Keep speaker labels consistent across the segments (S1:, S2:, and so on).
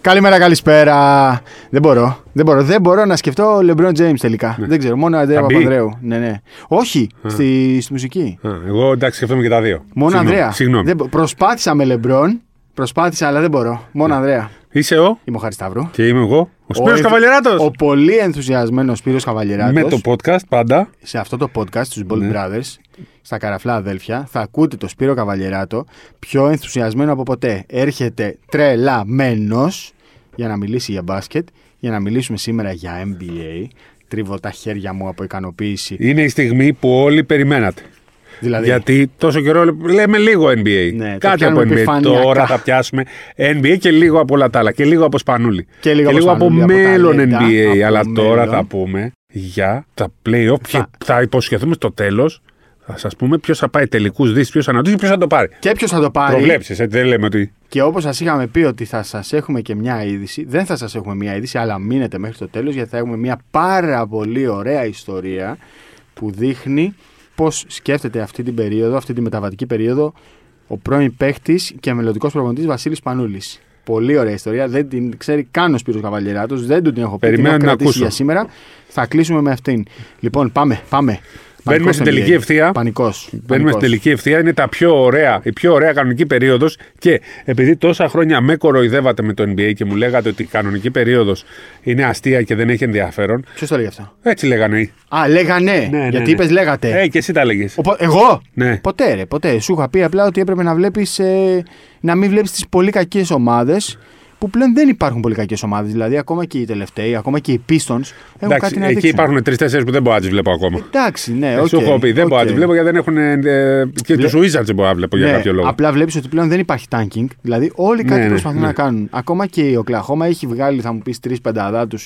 S1: Καλημέρα, καλησπέρα. Δεν μπορώ. Δεν μπορώ, δεν μπορώ να σκεφτώ LeBron James τελικά. Δεν ξέρω. Μόνο Αντρέα
S2: Ναι. Θα μπει.
S1: Παπανδρέου. Ναι, ναι. Όχι, στη, στη μουσική.
S2: Α, Εγώ εντάξει, σκεφτόμουν και τα δύο.
S1: Μόνο
S2: Συγγνώμη,
S1: Ανδρέα.
S2: Συγγνώμη.
S1: Δεν μπο- προσπάθησα με LeBron. Προσπάθησα, αλλά δεν μπορώ. Μόνο Ανδρέα.
S2: Είσαι Ναι. ο
S1: Είμαι ο Χάρης Σταύρου.
S2: και είμαι εγώ. Ο Σπύρος
S1: ενθου-
S2: Καβαλιαράτος.
S1: Ο πολύ ενθουσιασμένος Σπύρος Καβαλιεράτος.
S2: Με το podcast πάντα.
S1: σε αυτό το podcast, του Bold Brothers, στα καραφλά αδέλφια, θα ακούτε το Σπύρο Καβαλιεράτο πιο ενθουσιασμένο από ποτέ. Έρχεται τρελαμένος για να μιλήσει για μπάσκετ, για να μιλήσουμε σήμερα για NBA. Τρίβω τα χέρια μου από ικανοποίηση.
S2: Είναι η στιγμή που όλοι περιμένατε.
S1: Δηλαδή,
S2: Γιατί τόσο καιρό λέμε λίγο NBA.
S1: Ναι, το
S2: Κάτι από
S1: πιάνουμε
S2: NBA.
S1: επιφανειακά.
S2: Τώρα θα πιάσουμε NBA και λίγο από όλα τα άλλα. Και λίγο από Σπανούλη.
S1: Και λίγο από
S2: από,
S1: Σπανούλη, από
S2: μέλλον
S1: ταλέντα,
S2: NBA.
S1: από
S2: αλλά τώρα
S1: μέλλον.
S2: θα πούμε για τα playoff. Θα,
S1: Θα-
S2: θα υποσχεθούμε στο τέλος. Θα σας πούμε ποιος θα πάει τελικούς δει, ποιο ανατολή και ποιος θα το πάρει.
S1: και ποιος θα το πάρει.
S2: Προβλέψεις, έτσι δεν λέμε ότι.
S1: Και όπως σας είχαμε πει ότι θα σας έχουμε και μια είδηση, δεν θα σας έχουμε μια είδηση, αλλά μείνετε μέχρι το τέλος γιατί θα έχουμε μια πάρα πολύ ωραία ιστορία που δείχνει πώς σκέφτεται αυτή την περίοδο, αυτή τη μεταβατική περίοδο, ο πρώην παίχτης και μελλοντικός προπονητής Βασίλης Πανούλης. Πολύ ωραία ιστορία. Δεν την ξέρει καν ο Σπύρος Καβαλιεράτος, Δεν του την έχω πει.
S2: Περιμένω
S1: την
S2: να
S1: έχω κρατήσει
S2: ακούσω.
S1: για σήμερα. Θα κλείσουμε με αυτήν. Λοιπόν, πάμε. πάμε.
S2: Μπαίνουμε στην τελική ευθεία.
S1: Πανικός.
S2: Μπαίνουμε στην τελική ευθεία. Είναι τα πιο ωραία, η πιο ωραία κανονική περίοδος. Και επειδή τόσα χρόνια με κοροϊδεύατε με το NBA και μου λέγατε ότι η κανονική περίοδος είναι αστεία και δεν έχει ενδιαφέρον,
S1: Ποιος το λέει αυτό.
S2: έτσι λέγανε. οι-
S1: Α, λέγανε.
S2: ναι,
S1: γιατί
S2: ναι.
S1: είπες λέγατε.
S2: Ε, και εσύ τα λέγε.
S1: Οπο- εγώ!
S2: Ναι.
S1: Ποτέ, ρε, ποτέ. Σου είχα πει απλά ότι έπρεπε να βλέπεις. να μην βλέπεις τις πολύ κακές ομάδες. Που πλέον δεν υπάρχουν πολύ κακές ομάδες. Δηλαδή, ακόμα και οι τελευταίοι, ακόμα και οι Pistons έχουν κάτι
S2: Εντάξει,
S1: να
S2: εκεί
S1: δείξουν.
S2: υπάρχουν τρει-τέσσερι που δεν μπορώ να τι βλέπω ακόμα.
S1: Εντάξει, ναι,
S2: Ε,
S1: οκ.
S2: Σου έχω πει, δεν
S1: οκ.
S2: μπορώ να τι βλέπω γιατί δεν έχουν. ε, και τους Wizards δεν μπορώ να βλέπω για
S1: Ναι,
S2: κάποιο λόγο.
S1: Απλά βλέπεις ότι πλέον δεν υπάρχει tanking. Δηλαδή, όλοι κάτι
S2: Ναι, ναι,
S1: προσπαθούν
S2: ναι.
S1: να κάνουν. Ακόμα και η Οκλαχώμα έχει βγάλει, θα μου πεις, τρεις πενταδά του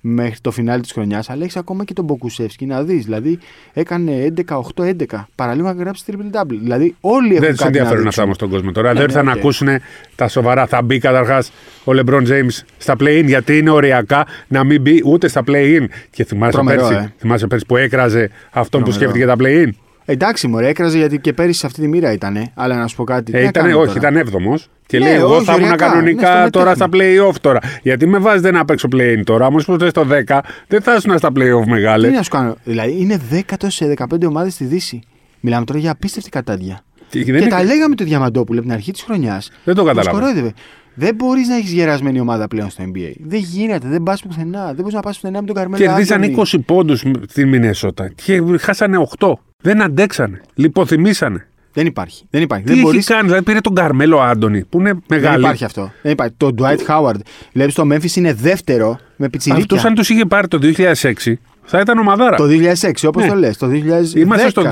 S1: μέχρι το φινάλι της χρονιάς. Αλλά έχεις ακόμα και τον Μποκουσεύσκι να δεις. Δηλαδή, έκανε 11-8-11. Παραλίγο να γράψει triple double. Δηλαδή, όλοι έχουν
S2: Δεν
S1: κάτι
S2: του
S1: να
S2: ενδιαφέρουν
S1: δείξουν.
S2: αυτά όμω τον κόσμο. Τώρα δεν
S1: ναι,
S2: ήρθαν να
S1: οκ.
S2: ακούσουν τα σοβαρά. Θα μπει καταρχάς ο LeBron James στα play-in γιατί είναι ωριακά να μην μπει ούτε στα play-in. Και θυμάσαι,
S1: Τρομερό,
S2: πέρσι,
S1: ε.
S2: θυμάσαι πέρσι που έκραζε αυτόν που
S1: Τρομερό. Ε,
S2: σκέφτηκε τα play-in.
S1: Εντάξει, μωρέ, έκραζε γιατί και πέρυσι σε αυτή τη μοίρα ήταν. Αλλά να σου πω κάτι. τι
S2: Ε,
S1: να
S2: ήταν,
S1: κάνουμε
S2: όχι,
S1: τώρα.
S2: ήταν έβδομος. Και
S1: Ναι,
S2: λέει: Εγώ
S1: όχι,
S2: θα ήμουν
S1: ωριακά, είναι
S2: κανονικά
S1: στο
S2: τώρα στα
S1: μετέχνη.
S2: play-off τώρα. Γιατί με βάζετε να παίξω play-in τώρα. Όμως που στο 10 δεν θα ήσουν στα play-off μεγάλες.
S1: Τι να σου κάνω. Δηλαδή, είναι 10 σε 15 ομάδες στη Δύση. Μιλάμε τώρα για απίστευτη κατάντια.
S2: Και
S1: και
S2: δεν είναι-
S1: τα λέγαμε το Διαμαντόπουλο από την αρχή της χρονιάς.
S2: Δεν το κατάλαβα.
S1: κορόιδευε. Δεν μπορείς να έχεις γερασμένη ομάδα πλέον στο NBA. Δεν γίνεται, δεν πας πουθενά. Δεν μπορείς να πας πουθενά με τον Καρμέλο.
S2: Κερδίσαν
S1: Άντωνη.
S2: 20 πόντου στη Μινεσότα και χάσανε 8. Δεν αντέξανε. Λιποθυμήσανε.
S1: Δεν υπάρχει. Δεν υπάρχει.
S2: Τι
S1: δεν
S2: έχει
S1: μπορείς...
S2: κάνει, δηλαδή πήρε τον Καρμέλο Άντωνη που είναι
S1: Δεν
S2: μεγάλη.
S1: υπάρχει αυτό. Δεν υπάρχει. Το Dwight Howard. Βλέπεις το Memphis είναι δεύτερο με πιτσιρίκια.
S2: Αυτός αν τους είχε πάρει το 2006 θα ήταν ομαδάρα.
S1: Το 2006, όπως
S2: Ναι.
S1: το λες. Το 2010.
S2: Είμαστε στο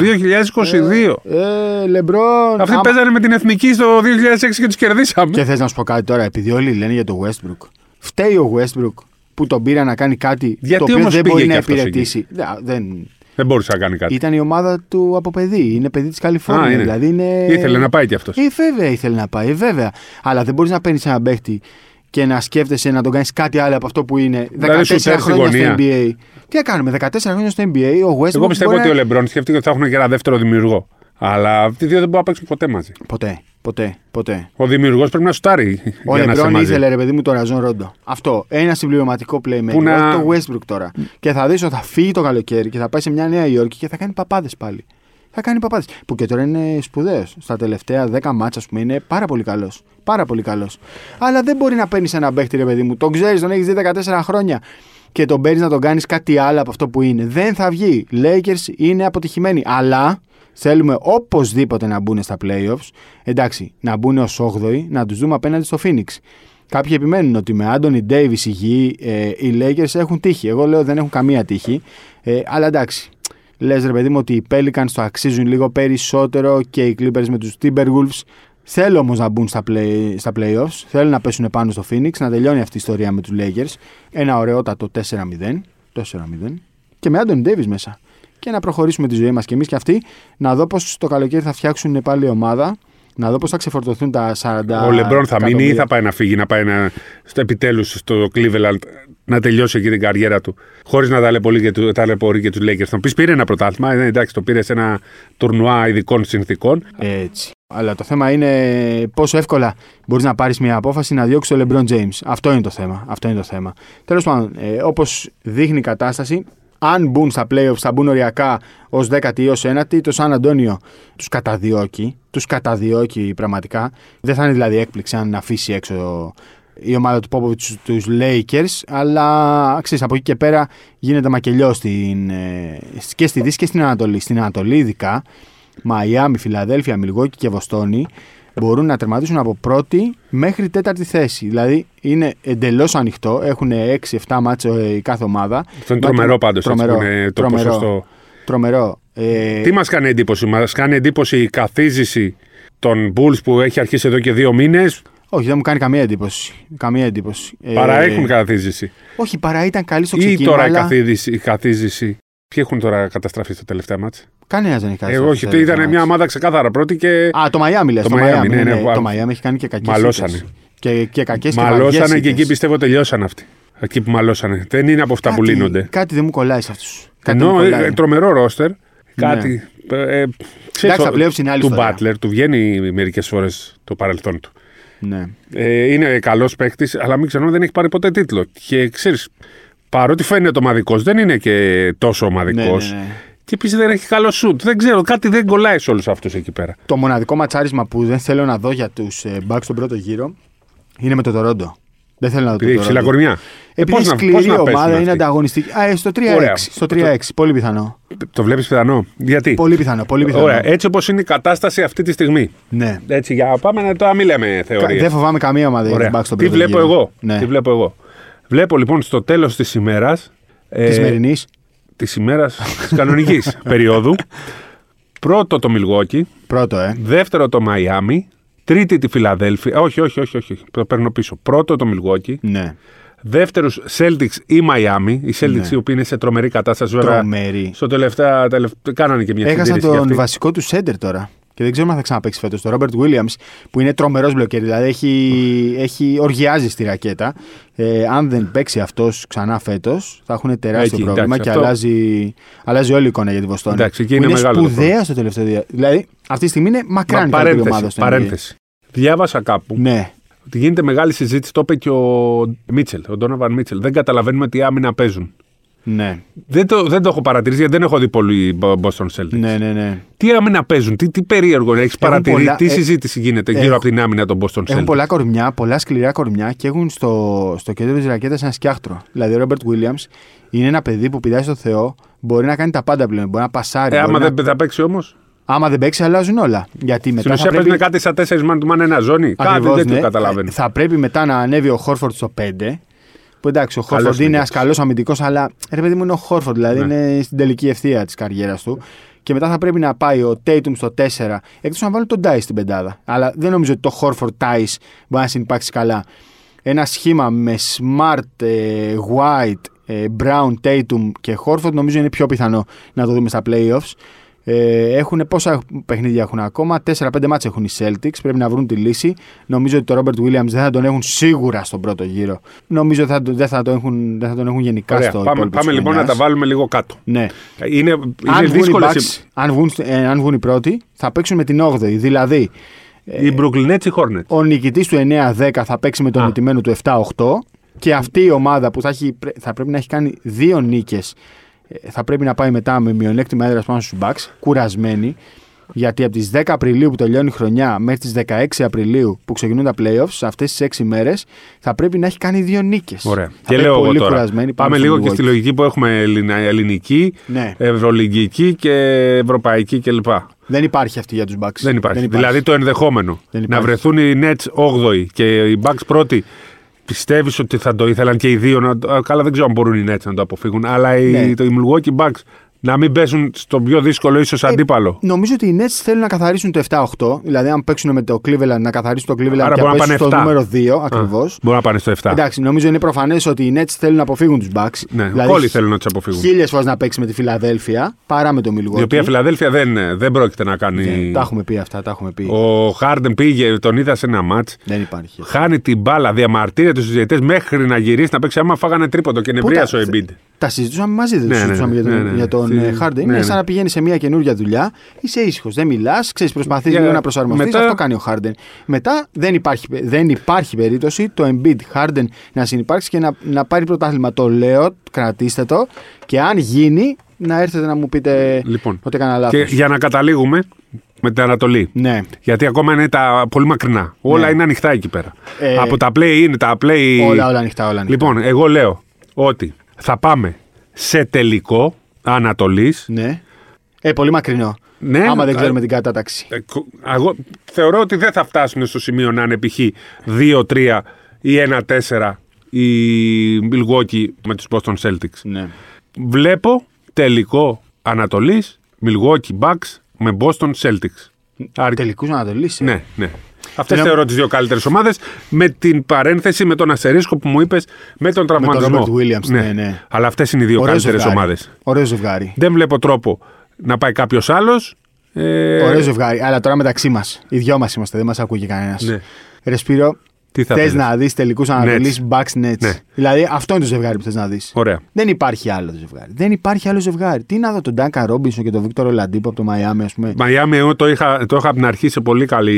S2: 2022.
S1: Ε, Λεμπρόν.
S2: Αυτοί
S1: άμα-
S2: παίζανε με την εθνική στο 2006 και τους κερδίσαμε.
S1: Και θες να σου πω κάτι τώρα, επειδή όλοι λένε για το Westbrook. Φταίει ο Westbrook που τον πήρα να κάνει κάτι
S2: Γιατί
S1: το οποίο
S2: όμως
S1: δεν
S2: πήγε
S1: μπορεί
S2: και
S1: να
S2: αυτός εκεί?
S1: υπηρετήσει. Δε- Δεν...
S2: Δεν μπορούσε να κάνει κάτι.
S1: Ήταν η ομάδα του από παιδί. Είναι παιδί της Καλιφόρνια.
S2: Α, είναι.
S1: Δηλαδή είναι...
S2: Ήθελε να πάει κι αυτός.
S1: Ε, βέβαια ήθελε να πάει, ε, βέβαια. Αλλά δεν μπορείς να παίρνεις έναν παίχτη και να σκέφτεσαι να τον κάνεις κάτι άλλο από αυτό που είναι. 14
S2: Δηλαδή, σουτέρ στη
S1: χρόνια
S2: γωνία.
S1: στο NBA. Τι να κάνουμε, 14 χρόνια στο NBA, ο Westbrook.
S2: Εγώ πιστεύω
S1: μπορεί
S2: ότι
S1: να-
S2: ο Λεμπρόν σκέφτηκε ότι θα έχουν και ένα δεύτερο δημιουργό. Αλλά αυτοί οι δύο δεν μπορούν να παίξουν ποτέ μαζί.
S1: Ποτέ, ποτέ, ποτέ.
S2: Ο δημιουργός πρέπει να σουτάρει
S1: Ο
S2: για να είσαι
S1: Λεμπρόν
S2: μαζί.
S1: ήθελε ρε παιδί μου τον Ραζόν Ρόντο. Αυτό. Ένα συμπληρωματικό playmaker.
S2: Που να-
S1: Όχι το Westbrook τώρα. Και θα δεις ότι θα φύγει το καλοκαίρι και θα πάει σε μια Νέα Υόρκη και θα κάνει παπάδες πάλι. Θα κάνει παπάδες. Που και τώρα είναι σπουδαίος. Στα τελευταία 10 μάτσα, ας πούμε, είναι πάρα πολύ καλός. Πάρα πολύ καλός. Αλλά δεν μπορεί να παίρνεις ένα παίχτη, ρε παιδί μου. Τον ξέρεις, τον έχεις δει 14 χρόνια. Και τον παίρνεις να τον κάνεις κάτι άλλο από αυτό που είναι. Δεν θα βγει. Lakers είναι αποτυχημένοι. Αλλά Θέλουμε οπωσδήποτε να μπουν στα playoffs. Εντάξει, να μπουν ως 8η, να τους δούμε απέναντι στο Phoenix. Κάποιοι επιμένουν ότι με Άντωνι Ντέιβι υγιή ε, οι Lakers έχουν τύχη. Εγώ λέω δεν έχουν καμία τύχη. Ε, αλλά εντάξει. Λες ρε παιδί μου ότι οι Pelicans το αξίζουν λίγο περισσότερο και οι Clippers με τους Timberwolves. Θέλω όμως να μπουν στα, play, στα playoffs. Θέλω να πέσουν πάνω στο Phoenix, να τελειώνει αυτή η ιστορία με τους Lakers. Ένα ωραιότατο 4-0. 4-0. Και με Άντωνι Ντέιβι μέσα και να προχωρήσουμε τη ζωή μας κι εμείς και αυτοί. Να δω πώς το καλοκαίρι θα φτιάξουν πάλι ομάδα. Να δω πώς θα ξεφορτωθούν τα 40.
S2: Ο Λεμπρόν θα μείνει ή
S1: εκατομμύρια.
S2: θα πάει να φύγει, να πάει να... στο επιτέλους στο Cleveland να τελειώσει εκεί την καριέρα του. Χωρίς να ταλαιπωρεί και, του, ταλαιπωρεί και τους Lakers. Θα μου πεις πήρε ένα πρωτάθλημα. Ε, εντάξει, το πήρες σε ένα τουρνουά ειδικών συνθήκων.
S1: Έτσι. Αλλά το θέμα είναι πόσο εύκολα μπορείς να πάρεις μια απόφαση να διώξει τον LeBron James. Αυτό είναι το θέμα. Αυτό είναι το θέμα. Τέλος πάντων, ε, όπως δείχνει η κατάσταση, αν μπουν στα playoffs, θα μπουν οριακά ως 10η ή ως 9η. Το Σαν Αντώνιο τους καταδιώκει. Τους καταδιώκει πραγματικά. Δεν θα είναι δηλαδή έκπληξη αν αφήσει έξω η ομάδα του Πόποβιτ τους Lakers. Αλλά ξέρεις, από εκεί και πέρα γίνεται μακελιός στην, ε, και στη Δύση και στην Ανατολή. Στην Ανατολή ειδικά. Μαϊάμι, Φιλαδέλφια, Μιλγόκη και Βοστόνη μπορούν να τερματίσουν από πρώτη μέχρι τέταρτη θέση. Δηλαδή είναι εντελώς ανοιχτό. Έχουν 6-7 μάτσο ε, η κάθε ομάδα.
S2: Αυτό είναι τρομερό πάντω.
S1: Τρομερό.
S2: Είναι το
S1: τρομερό,
S2: ποσοστό.
S1: τρομερό. Ε,
S2: Τι μας κάνει εντύπωση, Μας κάνει εντύπωση η καθίζηση των Bulls που έχει αρχίσει εδώ και δύο μήνες.
S1: όχι, δεν μου κάνει καμία εντύπωση. Καμία εντύπωση. Ε,
S2: Παραέχουν καθίζηση.
S1: Όχι, παρά ήταν καλή στο
S2: Ή
S1: ξεκίνημα.
S2: τώρα η
S1: αλλά
S2: καθίζηση. η καθίζηση. Ποιοι έχουν τώρα καταστραφεί στα τελευταία μάτς.
S1: Κανένας δεν έχει κάνει.
S2: Ε,
S1: στο
S2: όχι,
S1: δεύτερο
S2: ήταν
S1: μάτς.
S2: μια ομάδα ξεκάθαρα πρώτη και
S1: Α, το Μαϊάμι λες.
S2: Το
S1: Το,
S2: Miami,
S1: Μαϊάμι.
S2: ναι,
S1: ναι,
S2: ναι,
S1: Το
S2: βα-
S1: Μαϊάμι έχει κάνει και κακές.
S2: Μαλώσανε.
S1: Και, και κακές και
S2: μαλώσανε και εκεί πιστεύω τελειώσαν αυτοί. Εκεί που μαλώσανε. Δεν είναι από αυτά που λύνονται.
S1: Κάτι δεν μου κολλάει σε αυτούς.
S2: Ενώ ε, τρομερό
S1: Ναι.
S2: ρόστερ. Κάτι. Ε, ε, ξέρεις,
S1: τα playoffs είναι άλλη
S2: του
S1: ιστορία.
S2: Μπάτλερ του βγαίνει μερικές φορές το παρελθόν του.
S1: Ναι.
S2: Ε, είναι καλός παίκτης, αλλά μην ξεχνάμε δεν έχει πάρει ποτέ τίτλο. Και ξέρεις, παρότι φαίνεται ομαδικός, δεν είναι και τόσο ομαδικός.
S1: Ναι, ναι, ναι.
S2: Και επίση δεν έχει καλό σουτ. Δεν ξέρω, κάτι δεν κολλάει σε όλους αυτούς εκεί πέρα.
S1: Το μοναδικό ματσάρισμα που δεν θέλω να δω για τους Bucks στον πρώτο γύρο είναι με το Τορόντο. Δεν θέλω να δω.
S2: Επειδή έχεις
S1: το Toronto.
S2: ψηλακορμιά. Ε,
S1: Επειδή
S2: πώς
S1: είναι
S2: να-
S1: σκληρή
S2: πώς να πέσουν
S1: ομάδα,
S2: αυτοί.
S1: είναι ανταγωνιστική. Α, ε, στο 3-6.
S2: Ωραία.
S1: Στο 3-6. Πολύ πιθανό.
S2: Το βλέπεις πιθανό. Γιατί.
S1: Πολύ πιθανό. Πολύ πιθανό.
S2: Ωραία, έτσι όπως είναι η κατάσταση αυτή τη στιγμή.
S1: Ναι.
S2: Έτσι, για πάμε να τώρα μην λέμε
S1: Κα-
S2: θεωρίες.
S1: Δεν φοβάμαι καμία ομάδα για του Bucks στον
S2: Τι
S1: πρώτο
S2: βλέπω
S1: γύρο.
S2: εγώ.
S1: Ναι.
S2: Τι βλέπω εγώ. Βλέπω λοιπόν στο τέλος της ημέρας. ε,
S1: Τη σημερινής.
S2: Της ημέρας της κανονικής περίοδου. Πρώτο το Μιλγόκι.
S1: Πρώτο, ε.
S2: Δεύτερο το Μαϊάμι. Τρίτη τη Φιλαδέλφια. Όχι, όχι, όχι, όχι. Το παίρνω πίσω. Πρώτο το Μιλγόκι.
S1: Ναι.
S2: Δεύτερος Celtics ή Μαϊάμι. Οι Celtics
S1: Ναι.
S2: οι οποίοι είναι σε τρομερή κατάσταση βέβαια.
S1: Τρομερή.
S2: Στο τελευταία. τελευταία- Κάνανε και μια
S1: Έχασαν
S2: συντήρηση κι
S1: τον
S2: αυτοί.
S1: βασικό του σέντερ τώρα. Και δεν ξέρουμε αν θα ξαναπέξει φέτος. Το Ρόμπερτ Βίλιαμ που είναι τρομερός μπλοκέρ. Δηλαδή έχει, έχει, οργιάζει στη ρακέτα. Ε, αν δεν παίξει αυτός ξανά φέτος, θα έχουν τεράστιο
S2: Εκεί,
S1: πρόβλημα
S2: εντάξει,
S1: και
S2: αυτό-
S1: αλλάζει, αλλάζει όλη η εικόνα για τη Βοστόνη.
S2: Εντάξει, εκεί
S1: που
S2: είναι
S1: είναι
S2: μεγάλο το
S1: σπουδαία στο τελευταίο διάστημα. Δηλαδή αυτή τη στιγμή είναι μακράν η
S2: Μα-
S1: καλύτερη ομάδα
S2: Παρένθεση.
S1: στο NBA.
S2: παρένθεση. Διάβασα κάπου
S1: Ναι,
S2: ότι γίνεται μεγάλη συζήτηση. Το είπε και ο Μίτσελ, ο Ντόναβαν Μίτσελ. Δεν καταλαβαίνουμε τι άμυνα παίζουν.
S1: ναι,
S2: Δεν το, δεν το έχω παρατηρήσει γιατί δεν έχω δει πολύ Bo- Boston Celtics.
S1: ναι, ναι. ναι.
S2: Τι άμυνα παίζουν, τι, τι περίεργο έχεις παρατηρήσει,
S1: πολλά-
S2: τι
S1: ε-
S2: συζήτηση γίνεται γύρω
S1: έχουν-
S2: από την άμυνα των Boston
S1: Έχουν
S2: Celtics.
S1: πολλά κορμιά, πολλά σκληρά κορμιά και έχουν στο, στο κέντρο της ρακέτας ένα σκιάχτρο. Δηλαδή, ο Ρόμπερτ Βίλιαμ είναι ένα παιδί που πηδάει στο Θεό, μπορεί να κάνει τα πάντα πλέον. Μπορεί να πασάρει.
S2: Ε,
S1: μπορεί
S2: άμα
S1: να-
S2: δεν θα παίξει όμως.
S1: άμα δεν παίξει, αλλάζουν όλα. Γιατί μετά
S2: Στην ουσία
S1: Ε, θα πρέπει...
S2: παίζουν κάτι σαν 4 man του man ένα ζώνη.
S1: Ακριβώς,
S2: κάτι
S1: ναι.
S2: τέτοιο καταλαβαίνω.
S1: Θα πρέπει μετά να ανέβει ο Χόρφορντ στο 5. Που εντάξει, ο Χόρφορντ είναι ένα
S2: αμυντικός.
S1: καλός αμυντικός, αλλά ρε παιδί μου είναι ο Χόρφορντ,
S2: Ναι.
S1: δηλαδή είναι στην τελική ευθεία της καριέρας του. Και μετά θα πρέπει να πάει ο Τέιτουμ στο 4, εκτό να βάλει τον Τάι στην πεντάδα. Αλλά δεν νομίζω ότι το Χόρφορντ Τάι μπορεί να συνεπάρξει καλά. Ένα σχήμα με Smart, ε, White, ε, Brown, Tatum και Horford νομίζω είναι πιο πιθανό να το δούμε στα playoffs. Ε, έχουν, πόσα παιχνίδια έχουν ακόμα, 4-5 μάτς έχουν οι Celtics, πρέπει να βρουν τη λύση. Νομίζω ότι το Robert Williams δεν θα τον έχουν σίγουρα στον πρώτο γύρο. Νομίζω ότι θα, τον- δεν, θα τον έχουν, δεν θα τον έχουν γενικά
S2: Ωραία,
S1: στο
S2: πάμε,
S1: υπόλοιπο της
S2: πάμε λοιπόν να
S1: χρονιάς.
S2: τα βάλουμε λίγο κάτω.
S1: Ναι.
S2: Είναι, είναι
S1: Αν βγουν, οι
S2: δύσκολες.
S1: Bucks, αν, βγουν, ε, αν βγουν οι πρώτοι, θα παίξουν με την 8η. Δηλαδή,
S2: Οι Brooklyn Nets ή Hornets.
S1: ο νικητής του 9-10 θα παίξει με τον
S2: Α.
S1: νικημένο του 7-8 και αυτή η ομάδα που θα, έχει, πρέ- θα πρέπει να έχει κάνει δύο νίκες θα πρέπει να πάει μετά με μειονέκτημα έδρας πάνω στους Bucks, κουρασμένη. Γιατί από τις 10 Απριλίου που τελειώνει η χρονιά μέχρι τις 16 Απριλίου που ξεκινούν τα playoffs, σε αυτές τις 6 μέρες θα πρέπει να έχει κάνει δύο νίκες.
S2: Ωραία. Και λέω εγώ
S1: πολύ
S2: τώρα.
S1: κουρασμένη. πάνω στο
S2: Πάμε λίγο και
S1: Milwaukee.
S2: στη λογική που έχουμε ελληνα- ελληνική,
S1: Ναι.
S2: ευρωλυγική και ευρωπαϊκή κλπ.
S1: Δεν υπάρχει αυτή για τους Bucks.
S2: Δεν υπάρχει. Δηλαδή το ενδεχόμενο.
S1: Δεν
S2: Να
S1: υπάρχει.
S2: βρεθούν οι Nets 8η και οι Bucks πρώτοι. Πιστεύεις Ε, ότι θα το ήθελαν και οι δύο να το. α, Καλά, δεν ξέρω αν μπορούν οι Nets να το αποφύγουν. Αλλά οι,
S1: Ναι.
S2: το, οι Milwaukee Bucks Να μην πέσουν στον πιο δύσκολο
S1: Ε,
S2: ίσω αντίπαλο.
S1: Νομίζω ότι οι Nets θέλουν να καθαρίσουν το 7-8. Δηλαδή, αν παίξουν με το Cleveland, να καθαρίσουν το Cleveland
S2: Άρα
S1: και
S2: μπορεί
S1: να πέσουν
S2: να πάνε
S1: στο
S2: 7.
S1: νούμερο 2 ακριβώς.
S2: Μπορούν να πάνε στο 7.
S1: Εντάξει, νομίζω είναι προφανές ότι οι Nets θέλουν να αποφύγουν τους Bucks.
S2: Ναι,
S1: δηλαδή,
S2: όλοι θέλουν να τους αποφύγουν.
S1: Χίλιες φορές να παίξει με τη Φιλαδέλφια παρά με το Milwaukee.
S2: Η οποία Φιλαδέλφια δεν, δεν πρόκειται να κάνει.
S1: Ναι, Τα έχουμε πει αυτά, τα έχουμε πει.
S2: Ο Χάρντεν πήγε, τον είδα σε ένα μάτ.
S1: Δεν υπάρχει.
S2: Χάνει την μπάλα, διαμαρτύρεται στους διαιτητές μέχρι να γυρίσει να παίξει. Άμα φάγανε τρίποντο και
S1: Πού
S2: νευρίασε ο
S1: τα-
S2: Embiid.
S1: Τα συζητούσαμε μαζί, δεν
S2: Ναι,
S1: τα
S2: ναι,
S1: συζητούσαμε για τον,
S2: ναι, ναι.
S1: για τον
S2: Τι-
S1: ε, Harden.
S2: ναι,
S1: είναι
S2: ναι.
S1: σαν να πηγαίνεις σε μια καινούργια δουλειά, είσαι ήσυχος, δεν μιλάς, ξέρεις, προσπαθείς
S2: Για-
S1: λίγο να προσαρμοστείς.
S2: μετά-
S1: Αυτό κάνει ο Harden. Μετά δεν υπάρχει, δεν υπάρχει περίπτωση το Embiid Harden να συνεπάρξει και να, να πάρει πρωτάθλημα. Το λέω, κρατήστε το και αν γίνει, να έρθετε να μου πείτε
S2: Λοιπόν,
S1: ότι έκανα λάθος.
S2: Και για να καταλήγουμε με την Ανατολή.
S1: Ναι.
S2: Γιατί ακόμα είναι τα πολύ μακρινά. Όλα είναι ανοιχτά εκεί πέρα.
S1: Ε,
S2: Από τα play είναι τα play.
S1: Όλα, όλα ανοιχτά, όλα ανοιχτά.
S2: Λοιπόν, εγώ λέω ότι θα πάμε σε τελικό Ανατολής.
S1: Ναι. Ε, πολύ μακρινό.
S2: Λοιπόν- Ναι,
S1: Άμα δεν
S2: κα-
S1: ξέρουμε την κατάταξη.
S2: Εγώ Ε, θεωρώ ότι δεν θα φτάσουν στο σημείο να είναι π.χ. 2-3 ή 1-4 η Milwaukee με τους Boston Celtics.
S1: Ναι.
S2: Βλέπω τελικό Ανατολής Milwaukee Bucks με Boston Celtics. Άρα-
S1: Τελικούς Ανατολής. ε.
S2: Ναι, ναι. Αυτές
S1: Θέλω-
S2: θεωρώ τις δύο καλύτερες ομάδες. Με την παρένθεση, με τον αστερίσκο που μου είπες, με τον τραυματισμό.
S1: Robert Williams, ναι, ναι.
S2: Αλλά αυτές είναι οι δύο
S1: Ωραίο
S2: καλύτερες
S1: ζευγάρι.
S2: ομάδες.
S1: Ωραίο ζευγάρι.
S2: Δεν βλέπω τρόπο να πάει κάποιος άλλος. Ε,
S1: Ωραίο ζευγάρι. Αλλά τώρα μεταξύ μας. Οι δυο μας είμαστε, δεν μας ακούει κανένας.
S2: Ναι.
S1: Ρε Σπύρο,
S2: Τι θα
S1: θες
S2: θέλεις?
S1: να δεις τελικούς ανατολής Bucks Nets.
S2: Ναι.
S1: Δηλαδή αυτό είναι το ζευγάρι που θες να δεις.
S2: Ωραία.
S1: Δεν υπάρχει άλλο ζευγάρι. Δεν υπάρχει άλλο ζευγάρι. Τι να δω τον Ντάκα Ρόμπινσον και τον Βίκτορο Λαντίπο από το Μαϊάμι, ας πούμε.
S2: Μαϊάμι, εγώ το είχα, το είχα από την αρχή σε πολύ, καλή,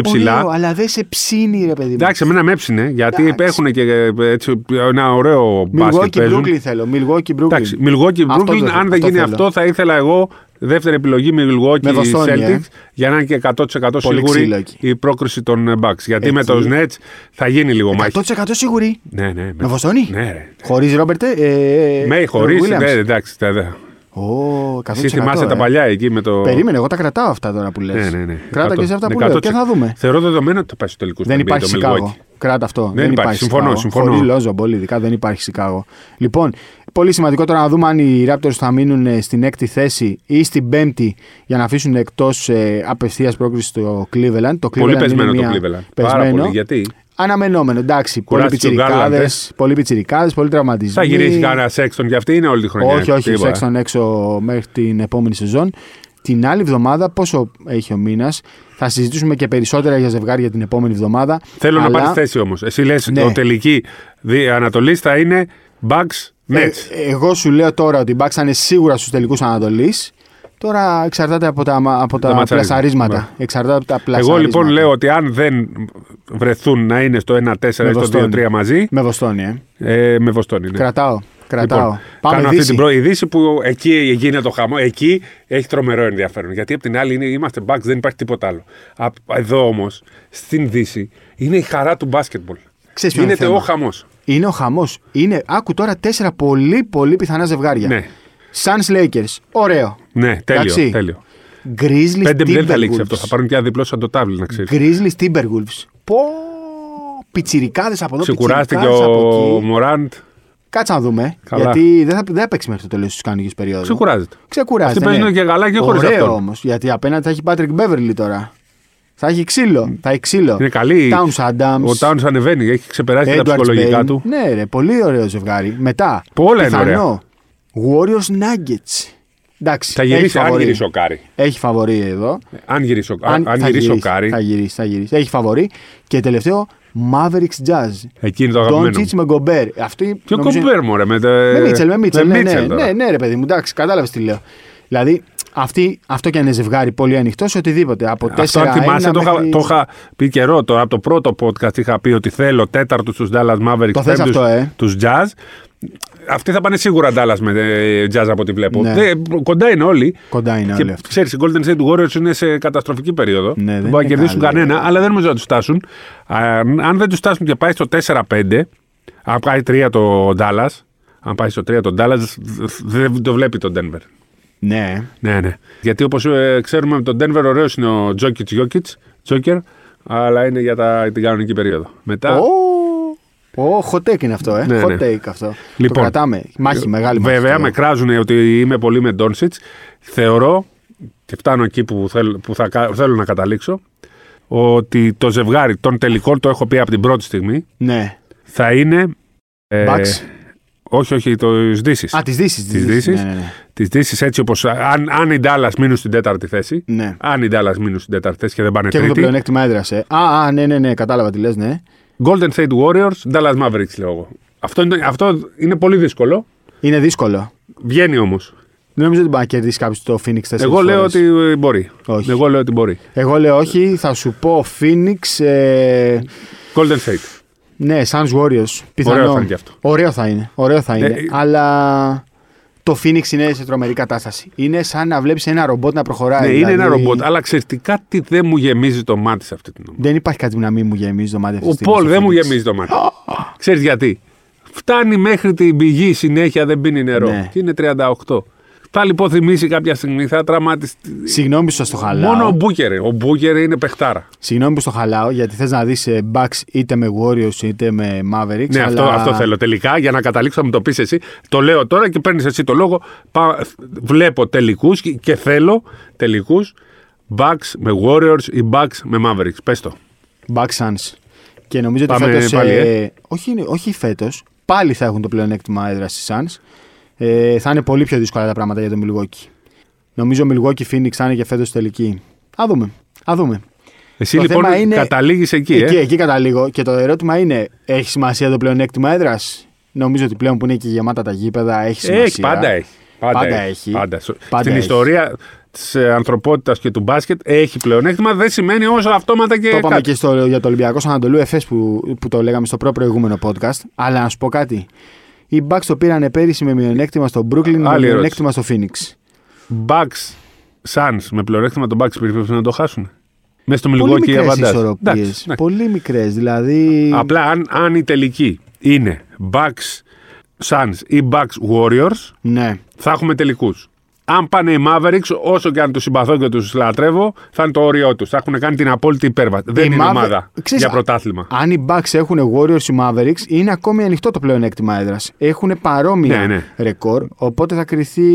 S1: Πολύ
S2: ψηλά.
S1: ωραίο, αλλά δεν σε ψήνει, ρε παιδί μου.
S2: Εντάξει, εμένα με έψινε, γιατί
S1: Εντάξει.
S2: έχουν και ε, έτσι, ένα ωραίο μπάσκετ
S1: Milwaukee
S2: παίζουν.
S1: Brooklyn θέλω. Milwaukee Brooklyn.
S2: Εντάξει, Milwaukee
S1: Αυτό
S2: Brooklyn,
S1: το-
S2: αν δεν
S1: αυτό
S2: γίνει
S1: θέλω.
S2: αυτό, θα ήθελα εγώ δεύτερη επιλογή
S1: Με
S2: Milwaukee
S1: Βοστόνη,
S2: Celtics
S1: ε.
S2: για να είναι και 100%
S1: ξύλο
S2: σίγουρη
S1: εκεί.
S2: η πρόκριση των ε, Bucks. Γιατί με
S1: Εκεί.
S2: τους Nets θα γίνει λίγο μάχη.
S1: 100% σίγουροι.
S2: Ναι, ναι.
S1: Με Βοστόνη.
S2: Ναι, ρε.
S1: Χωρίς Ρόμπερτ. Ε,
S2: Με χωρί.
S1: Williams.
S2: Ναι, εντάξει. Τα, τα.
S1: Ω, 100%,
S2: Εσύ θυμάσαι
S1: ε.
S2: τα παλιά εκεί με το.
S1: Περίμενε, εγώ τα κρατάω αυτά τώρα που λες.
S2: Ναι, ναι, ναι.
S1: Κράτα και σε αυτά που λέω και θα δούμε.
S2: Θεωρώ δεδομένο ότι θα πάει στο τελικό.
S1: Δεν υπάρχει Σικάγο. Κράτα αυτό. Δεν,
S2: υπάρχει. Συμφωνώ, συμφωνώ.
S1: Χωρί Λόζο, πολύ ειδικά δεν υπάρχει Σικάγο. Λοιπόν, πολύ σημαντικό τώρα να δούμε αν οι Raptors θα μείνουν ε, στην έκτη θέση ή στην πέμπτη για να αφήσουν εκτός ε, απευθείας πρόκριση το Cleveland. Το Cleveland
S2: Πολύ
S1: είναι
S2: πεσμένο το
S1: μια-
S2: Cleveland. Πάρα
S1: Πεσμένο.
S2: πολύ. Γιατί
S1: Αναμενόμενο, εντάξει. Πολλοί
S2: Κουράστηκε ο
S1: πιτσιρικάδε,
S2: Garland,
S1: πολλοί πιτσιρικάδες, πολλοί τραυματισμοί.
S2: θα γυρίσει κανένα έξτον και αυτή είναι όλη τη χρονιά.
S1: Όχι, όχι,
S2: Τίποτα.
S1: ψάξτε τον έξω μέχρι την επόμενη σεζόν. Την άλλη εβδομάδα, πόσο έχει ο μήνας, θα συζητήσουμε και περισσότερα για ζευγάρια την επόμενη εβδομάδα.
S2: Θέλω
S1: αλλά-
S2: να πάρεις θέση όμως. Εσύ λες
S1: Ναι.
S2: το τελική Ανατολής θα είναι Bucks
S1: Ε,
S2: Nets.
S1: εγώ σου λέω τώρα ότι οι Bucks θα είναι σίγουρα στους τελικούς Ανατολής. Τώρα εξαρτάται από τα, από τα
S2: ματσαρίσματα.
S1: πλασαρίσματα.
S2: Ναι.
S1: Εξαρτάται από τα
S2: Εγώ
S1: πλασαρίσματα.
S2: λοιπόν λέω ότι αν δεν βρεθούν να είναι στο 1-4 ή
S1: Με
S2: στο
S1: Βοστόνη.
S2: 2-3 μαζί,
S1: Με Βοστόνη, ε.
S2: ε, με Βοστόνη. Ναι.
S1: Κρατάω.
S2: Λοιπόν,
S1: Κρατάω. Πάμε
S2: κάνω
S1: Δύση.
S2: αυτή την πρώτη ειδήση που εκεί γίνεται το χαμό. Εκεί έχει τρομερό ενδιαφέρον. Γιατί από την άλλη είναι, είμαστε Bucks, δεν υπάρχει τίποτα άλλο. Απ- Εδώ όμως, στην Δύση, είναι η χαρά του μπάσκετμπολ.
S1: Ξέρεις ποιο είναι
S2: Γίνεται
S1: θέμα.
S2: ο χαμός.
S1: Είναι ο χαμός. Είναι... Άκου τώρα τέσσερα πολύ πολύ πιθανά ζευγάρια.
S2: Ναι.
S1: Suns Lakers. Ωραίο.
S2: Ναι, τέλειο.
S1: Εντάξει.
S2: τέλειο.
S1: Grizzlies
S2: 5 δεν θα λήξει
S1: Timberwolves.
S2: αυτό. Θα πάρουν και ένα διπλό σαν το τάβλι, να ξέρεις.
S1: Grizzlies Timberwolves. Πω! Πιτσιρικάδες από εδώ,
S2: Ξεκουράστηκε
S1: πιτσιρικάδες από
S2: ο
S1: εκεί.
S2: Μωράντ.
S1: Κάτσε να δούμε.
S2: Καλά.
S1: Γιατί δεν θα, δεν θα παίξει μέχρι το τέλος της κανονικής περίοδου.
S2: Ξεκουράζεται.
S1: Ξεκουράζεται. ναι.
S2: Αυτοί παίζουν και καλά και χωρίς
S1: Ωραίο
S2: αυτόν.
S1: όμως. Γιατί απέναντι θα έχει Patrick Beverly τώρα. Θα έχει ξύλο. Θα έχει ξύλο.
S2: Είναι καλή.
S1: Towns Adams.
S2: Ο Towns ανεβαίνει, έχει ξεπεράσει τα
S1: Edwards
S2: ψυχολογικά
S1: Bain.
S2: του.
S1: Ναι, ρε, πολύ ωραίο ζευγάρι. Μετά.
S2: Που όλα είναι
S1: πιθανό, Warriors Nuggets. Εντάξει.
S2: Θα γυρίσει,
S1: έχει
S2: αν
S1: φαβορί.
S2: γυρίσει ο Κάρι.
S1: Έχει φαβορεί εδώ.
S2: Αν γυρίσει ο, αν,
S1: θα
S2: γυρίσει ο Κάρι,
S1: Θα γυρίσει, θα γυρίσει. Έχει φαβορή. Και τελευταίο, Mavericks Jazz.
S2: εκεί είναι το Ε, αγαπημένο.
S1: Ντόντσιτ
S2: μου.
S1: με Γκομπέρ. Αυτή
S2: Ποιο
S1: νομίζω-
S2: κομπέρ μου, ρε. ε, Με, τα-
S1: Με Μίτσελ, με Μίτσελ. Ναι, ναι,
S2: Μίτσελ τώρα.
S1: ναι, ναι, ρε παιδί μου, εντάξει, κατάλαβες τι λέω. Δηλαδή, αυτή, αυτό και αν είναι ζευγάρι πολύ ανοιχτό σε οτιδήποτε. Από
S2: Αυτό
S1: 4
S2: αν θυμάσαι, το, είχα-
S1: μέχρι...
S2: το είχα πει καιρό τώρα. Από το πρώτο podcast είχα πει ότι θέλω τέταρτο του Dallas Mavericks,
S1: Το θες αυτό, ε.
S2: τους Jazz. Αυτοί θα πάνε σίγουρα Dallas με ε, Jazz από ό,τι βλέπω.
S1: Ναι.
S2: Δεν- κοντά είναι όλοι.
S1: Κοντά είναι όλοι
S2: Και
S1: αυτοί.
S2: ξέρεις, οι Golden State Warriors είναι σε καταστροφική περίοδο.
S1: Ναι, δεν
S2: δεν μπορεί να
S1: είναι
S2: κερδίσουν
S1: καλή.
S2: κανένα, αλλά δεν νομίζω να τους φτάσουν. Α, Αν δεν τους φτάσουν και πάει στο 4-5, αν πάει 3 το Dallas, αν πάει στο 3 το Dallas, δεν το βλέπει το Denver.
S1: Ναι.
S2: Ναι, ναι. Γιατί όπως ξέρουμε, με τον Denver ωραίος είναι ο Τζόκιτ Τζόκιτ, Τζόκερ, αλλά είναι για τα, την κανονική περίοδο. Μετά.
S1: Ω, Ω, hot take είναι αυτό, ε.
S2: Ναι,
S1: hot
S2: ναι.
S1: take αυτό.
S2: Λοιπόν.
S1: το κρατάμε. Μάχη, μεγάλη μάχη.
S2: Βέβαια,
S1: Θέλω.
S2: με κράζουν ότι είμαι πολύ με Ντόνσιτ. Θεωρώ, και φτάνω εκεί που, θέλ- που θα, κα- θέλω να καταλήξω, ότι το ζευγάρι των τελικών, το έχω πει από την πρώτη στιγμή,
S1: Ναι.
S2: θα είναι. ε,
S1: Bucks.
S2: όχι, όχι, το Δύσης.
S1: Α, τη Δύση.
S2: Της Δύσης.
S1: Ναι, ναι, ναι.
S2: Τη Δύσης έτσι όπως. Αν, αν οι Ντάλλα μείνουν στην τέταρτη θέση.
S1: ναι.
S2: Αν οι Ντάλλα μείνουν στην τέταρτη θέση και δεν πάνε
S1: Και έχω το
S2: τρίτη.
S1: πλεονέκτημα έδρασε. Α, α, ναι, ναι, ναι, κατάλαβα τι λες, ναι.
S2: Golden State Warriors, Dallas Mavericks, λέω εγώ. Αυτό είναι, αυτό είναι πολύ δύσκολο.
S1: Είναι δύσκολο.
S2: Βγαίνει όμως.
S1: Δεν νομίζω ότι μπορεί να κερδίσει κάποιος το Phoenix 4
S2: Εγώ λέω ότι ε, μπορεί.
S1: Όχι.
S2: Εγώ λέω ότι μπορεί.
S1: Εγώ λέω όχι, θα σου πω Phoenix. Ε...
S2: Golden State.
S1: Ναι, Suns Warriors. Πιθανό.
S2: Ωραίο θα είναι και αυτό.
S1: Ωραίο θα είναι. Ωραίο θα είναι.
S2: ε,
S1: Αλλά το Phoenix είναι σε τρομερή κατάσταση. Είναι σαν να βλέπεις ένα ρομπότ να προχωράει.
S2: Ναι, είναι
S1: δηλαδή,
S2: ένα ρομπότ, αλλά ξέρετε κάτι δεν μου γεμίζει το μάτι σε αυτή την ομάδα.
S1: Δεν υπάρχει κάτι που να μην μου γεμίζει το μάτι αυτή
S2: Ο
S1: τη στιγμή
S2: Πολ
S1: στο
S2: δεν μου
S1: Phoenix.
S2: γεμίζει το μάτι. Ξέρεις γιατί. Φτάνει μέχρι την πηγή συνέχεια, δεν πίνει νερό.
S1: Ναι.
S2: Και είναι 38. Θα λιποθυμήσει κάποια στιγμή, θα τραυματιστεί.
S1: Συγγνώμη που σας το χαλάω.
S2: Μόνο ο Μπούκερ. ε. Ο Μπούκερ είναι παιχτάρα.
S1: Συγγνώμη που στο χαλάω, γιατί θες να δεις Bucks είτε με Warriors είτε με Mavericks.
S2: Ναι,
S1: αλλά...
S2: αυτό, αυτό θέλω τελικά. Για να καταλήξω, να μου το πεις εσύ. Το λέω τώρα και παίρνεις εσύ το λόγο. Πα- βλέπω τελικούς και, και θέλω τελικούς. Bucks με Warriors ή Bucks με Mavericks. Πες το.
S1: Bucks Suns. Και νομίζω
S2: Πάμε
S1: ότι φέτος...
S2: πάλι,
S1: ε, όχι, είναι- όχι φέτος, πάλι θα έχουν το πλεονέκτημα έδραση οι Suns. Ε, θα είναι πολύ πιο δύσκολα τα πράγματα για το Milwaukee. Νομίζω ο Milwaukee Phoenix θα είναι και φέτος τελική. Α δούμε. Α δούμε.
S2: Εσύ
S1: Το
S2: λοιπόν
S1: θέμα είναι-
S2: καταλήγεις εκεί.
S1: εκεί,
S2: ε.
S1: εκεί καταλήγω. Και το ερώτημα είναι, έχει σημασία το πλεονέκτημα έδραση. Νομίζω ότι πλέον που είναι και γεμάτα τα γήπεδα έχει σημασία.
S2: Έχει, πάντα έχει. Πάντα,
S1: Πάντα
S2: έχει.
S1: έχει.
S2: Πάντα. Στο-
S1: Πάντα
S2: Στην
S1: έχει.
S2: ιστορία της ανθρωπότητας και του μπάσκετ έχει πλεονέκτημα. Δεν σημαίνει όσο αυτόματα και.
S1: Το είπαμε
S2: κάτι.
S1: και στο, για το Ολυμπιακό σαν Ανατολού Εφές που, που το λέγαμε στο προ προηγούμενο podcast. Αλλά να σου πω κάτι. Οι Bucks το πήρανε πέρυσι με μειονέκτημα στο Brooklyn, με
S2: ερώτηση.
S1: μειονέκτημα στο Phoenix.
S2: Bucks, Suns, με πλεονέκτημα τον Bucks περίπου να το χάσουν. Μέσα στο
S1: Πολύ
S2: Μιλγόκι
S1: μικρέ
S2: Αβαντάζ.
S1: ισορροπίε. Πολύ μικρές. Δηλαδή.
S2: Απλά αν, αν η τελική είναι Bucks Suns ή Bucks Warriors,
S1: Ναι.
S2: θα έχουμε τελικούς. Αν πάνε οι Mavericks, όσο και αν τους συμπαθώ και τους λατρεύω, θα είναι το όριό τους. Θα έχουν κάνει την απόλυτη υπέρβαση. Δεν
S1: Οι
S2: είναι
S1: Maver-
S2: ομάδα
S1: Ξέρεις,
S2: για πρωτάθλημα.
S1: Αν οι Bucks έχουν Warriors ή Mavericks, είναι ακόμη ανοιχτό το πλεονέκτημα έδρας. Έχουν παρόμοια
S2: Ναι, ναι.
S1: ρεκόρ, οπότε θα κρυθεί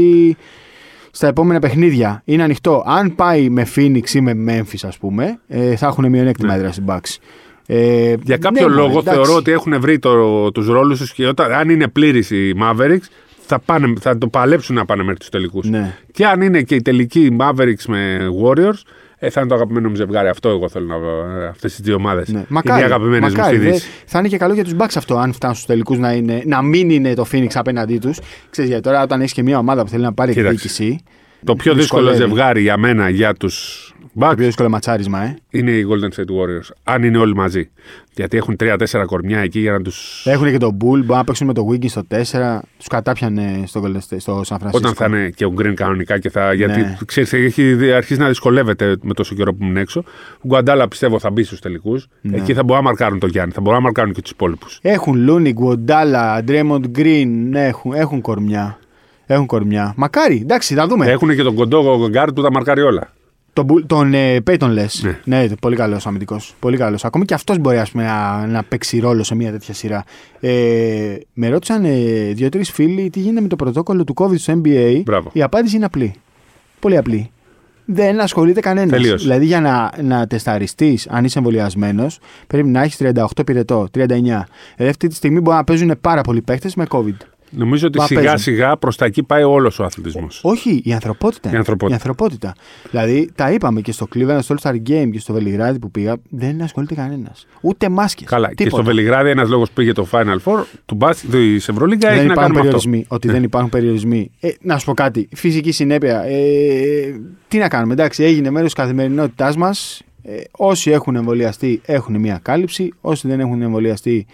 S1: στα επόμενα παιχνίδια. Είναι ανοιχτό. Αν πάει με Phoenix ή με Memphis, ας πούμε, ε, θα έχουν μειονέκτημα έδρας οι Bucks. Ε,
S2: Ναι. Για κάποιο
S1: ναι,
S2: λόγο
S1: εντάξει.
S2: θεωρώ ότι έχουν βρει το, τους ρόλους τους και όταν, αν είναι πλήρης οι Mavericks θα, πάνε, θα το παλέψουν να πάνε μέχρι τους τελικούς.
S1: Ναι.
S2: Και αν είναι και η τελική Mavericks με Warriors ε, θα είναι το αγαπημένο μου ζευγάρι. Αυτό εγώ θέλω να ε, αυτές τις δύο ομάδες.
S1: Ναι.
S2: είναι
S1: Μακάρι,
S2: οι αγαπημένες μου
S1: μακάρι,
S2: στη
S1: δε.
S2: Δύση.
S1: Θα είναι και καλό για τους Bucks αυτό, αν φτάσουν στους τελικούς να, είναι- να μην είναι το Phoenix απέναντί τους. Ξέρεις, γιατί τώρα όταν έχεις και μια ομάδα που θέλει να πάρει
S2: Κοίταξε.
S1: εκδίκηση.
S2: Το πιο δύσκολο
S1: δυσκολεύει.
S2: ζευγάρι για μένα για τους Bucks
S1: Το πιο δύσκολο ματσάρισμα, ε.
S2: είναι οι Golden State Warriors. Αν είναι όλοι μαζί. Γιατί έχουν 3-4 κορμιά εκεί για να τους...
S1: Έχουν και τον Bull, μπορεί να παίξουν με τον Wiggins στο 4. Τους κατάπιανε στο, Golden State- στο San Francisco.
S2: Όταν θα είναι και ο Green κανονικά και θα. Γιατί
S1: Ναι.
S2: ξέρεις, έχει δι- αρχίσει να δυσκολεύεται με τόσο καιρό που είναι έξω. Ο Γκουαντάλα πιστεύω θα μπει στους τελικούς.
S1: Ναι.
S2: Εκεί θα μπορούν να μαρκάρουν τον Γιάννη, θα μπορούν να μαρκάρουν και τους υπόλοιπους.
S1: Έχουν Λούνι, Γκουοντάλα, Ντρέμοντ Γκριν. ναι, Έχουν, έχουν κορμιά. Έχουν κορμιά. Μακάρι, εντάξει, θα δούμε.
S2: Έχουν και τον κοντό γκάρ του τα μαρκάρει όλα.
S1: Τον, Bull- τον ε, Payton λες.
S2: Ναι.
S1: Ναι. πολύ καλός αμυντικός. Πολύ καλός. Ακόμη και αυτός μπορεί ας πούμε, να, να παίξει ρόλο σε μια τέτοια σειρά. Ε, με ρώτησαν ε, δύο-τρει φίλοι τι γίνεται με το πρωτόκολλο του COVID στο NBA.
S2: Μπράβο.
S1: Η απάντηση είναι απλή. Πολύ απλή. Δεν ασχολείται κανένας.
S2: Τελείωσε.
S1: Δηλαδή για να, να τεσταριστείς, αν είσαι εμβολιασμένος, πρέπει να έχεις 38 πυρετό, 39. Ε, αυτή τη στιγμή μπορεί να παίζουν πάρα πολλοί παίχτε με COVID.
S2: Νομίζω ότι
S1: Μα
S2: σιγά
S1: παίζουν.
S2: σιγά προς τα εκεί πάει όλος ο αθλητισμός.
S1: Όχι, η ανθρωπότητα.
S2: Η ανθρωπότητα.
S1: Δηλαδή, τα είπαμε και στο Cleveland, στο All-Star Game και στο Βελιγράδι που πήγα, δεν ασχολείται κανένας. Ούτε μάσκες.
S2: Καλά. Και στο Βελιγράδι ένας λόγος που πήγε το Final Four του μπάσκετ τη Ευρωλίγκα έχει
S1: δεν
S2: να κάνει
S1: υπάρχουν
S2: με αυτό. Ναι.
S1: περιορισμοί. Ότι δεν υπάρχουν περιορισμοί. Ε, να σου πω κάτι. Φυσική συνέπεια. Ε, τι να κάνουμε. Εντάξει, έγινε μέρος της καθημερινότητάς μας. Ε, όσοι έχουν εμβολιαστεί έχουν μια κάλυψη. Όσοι δεν έχουν εμβολιαστεί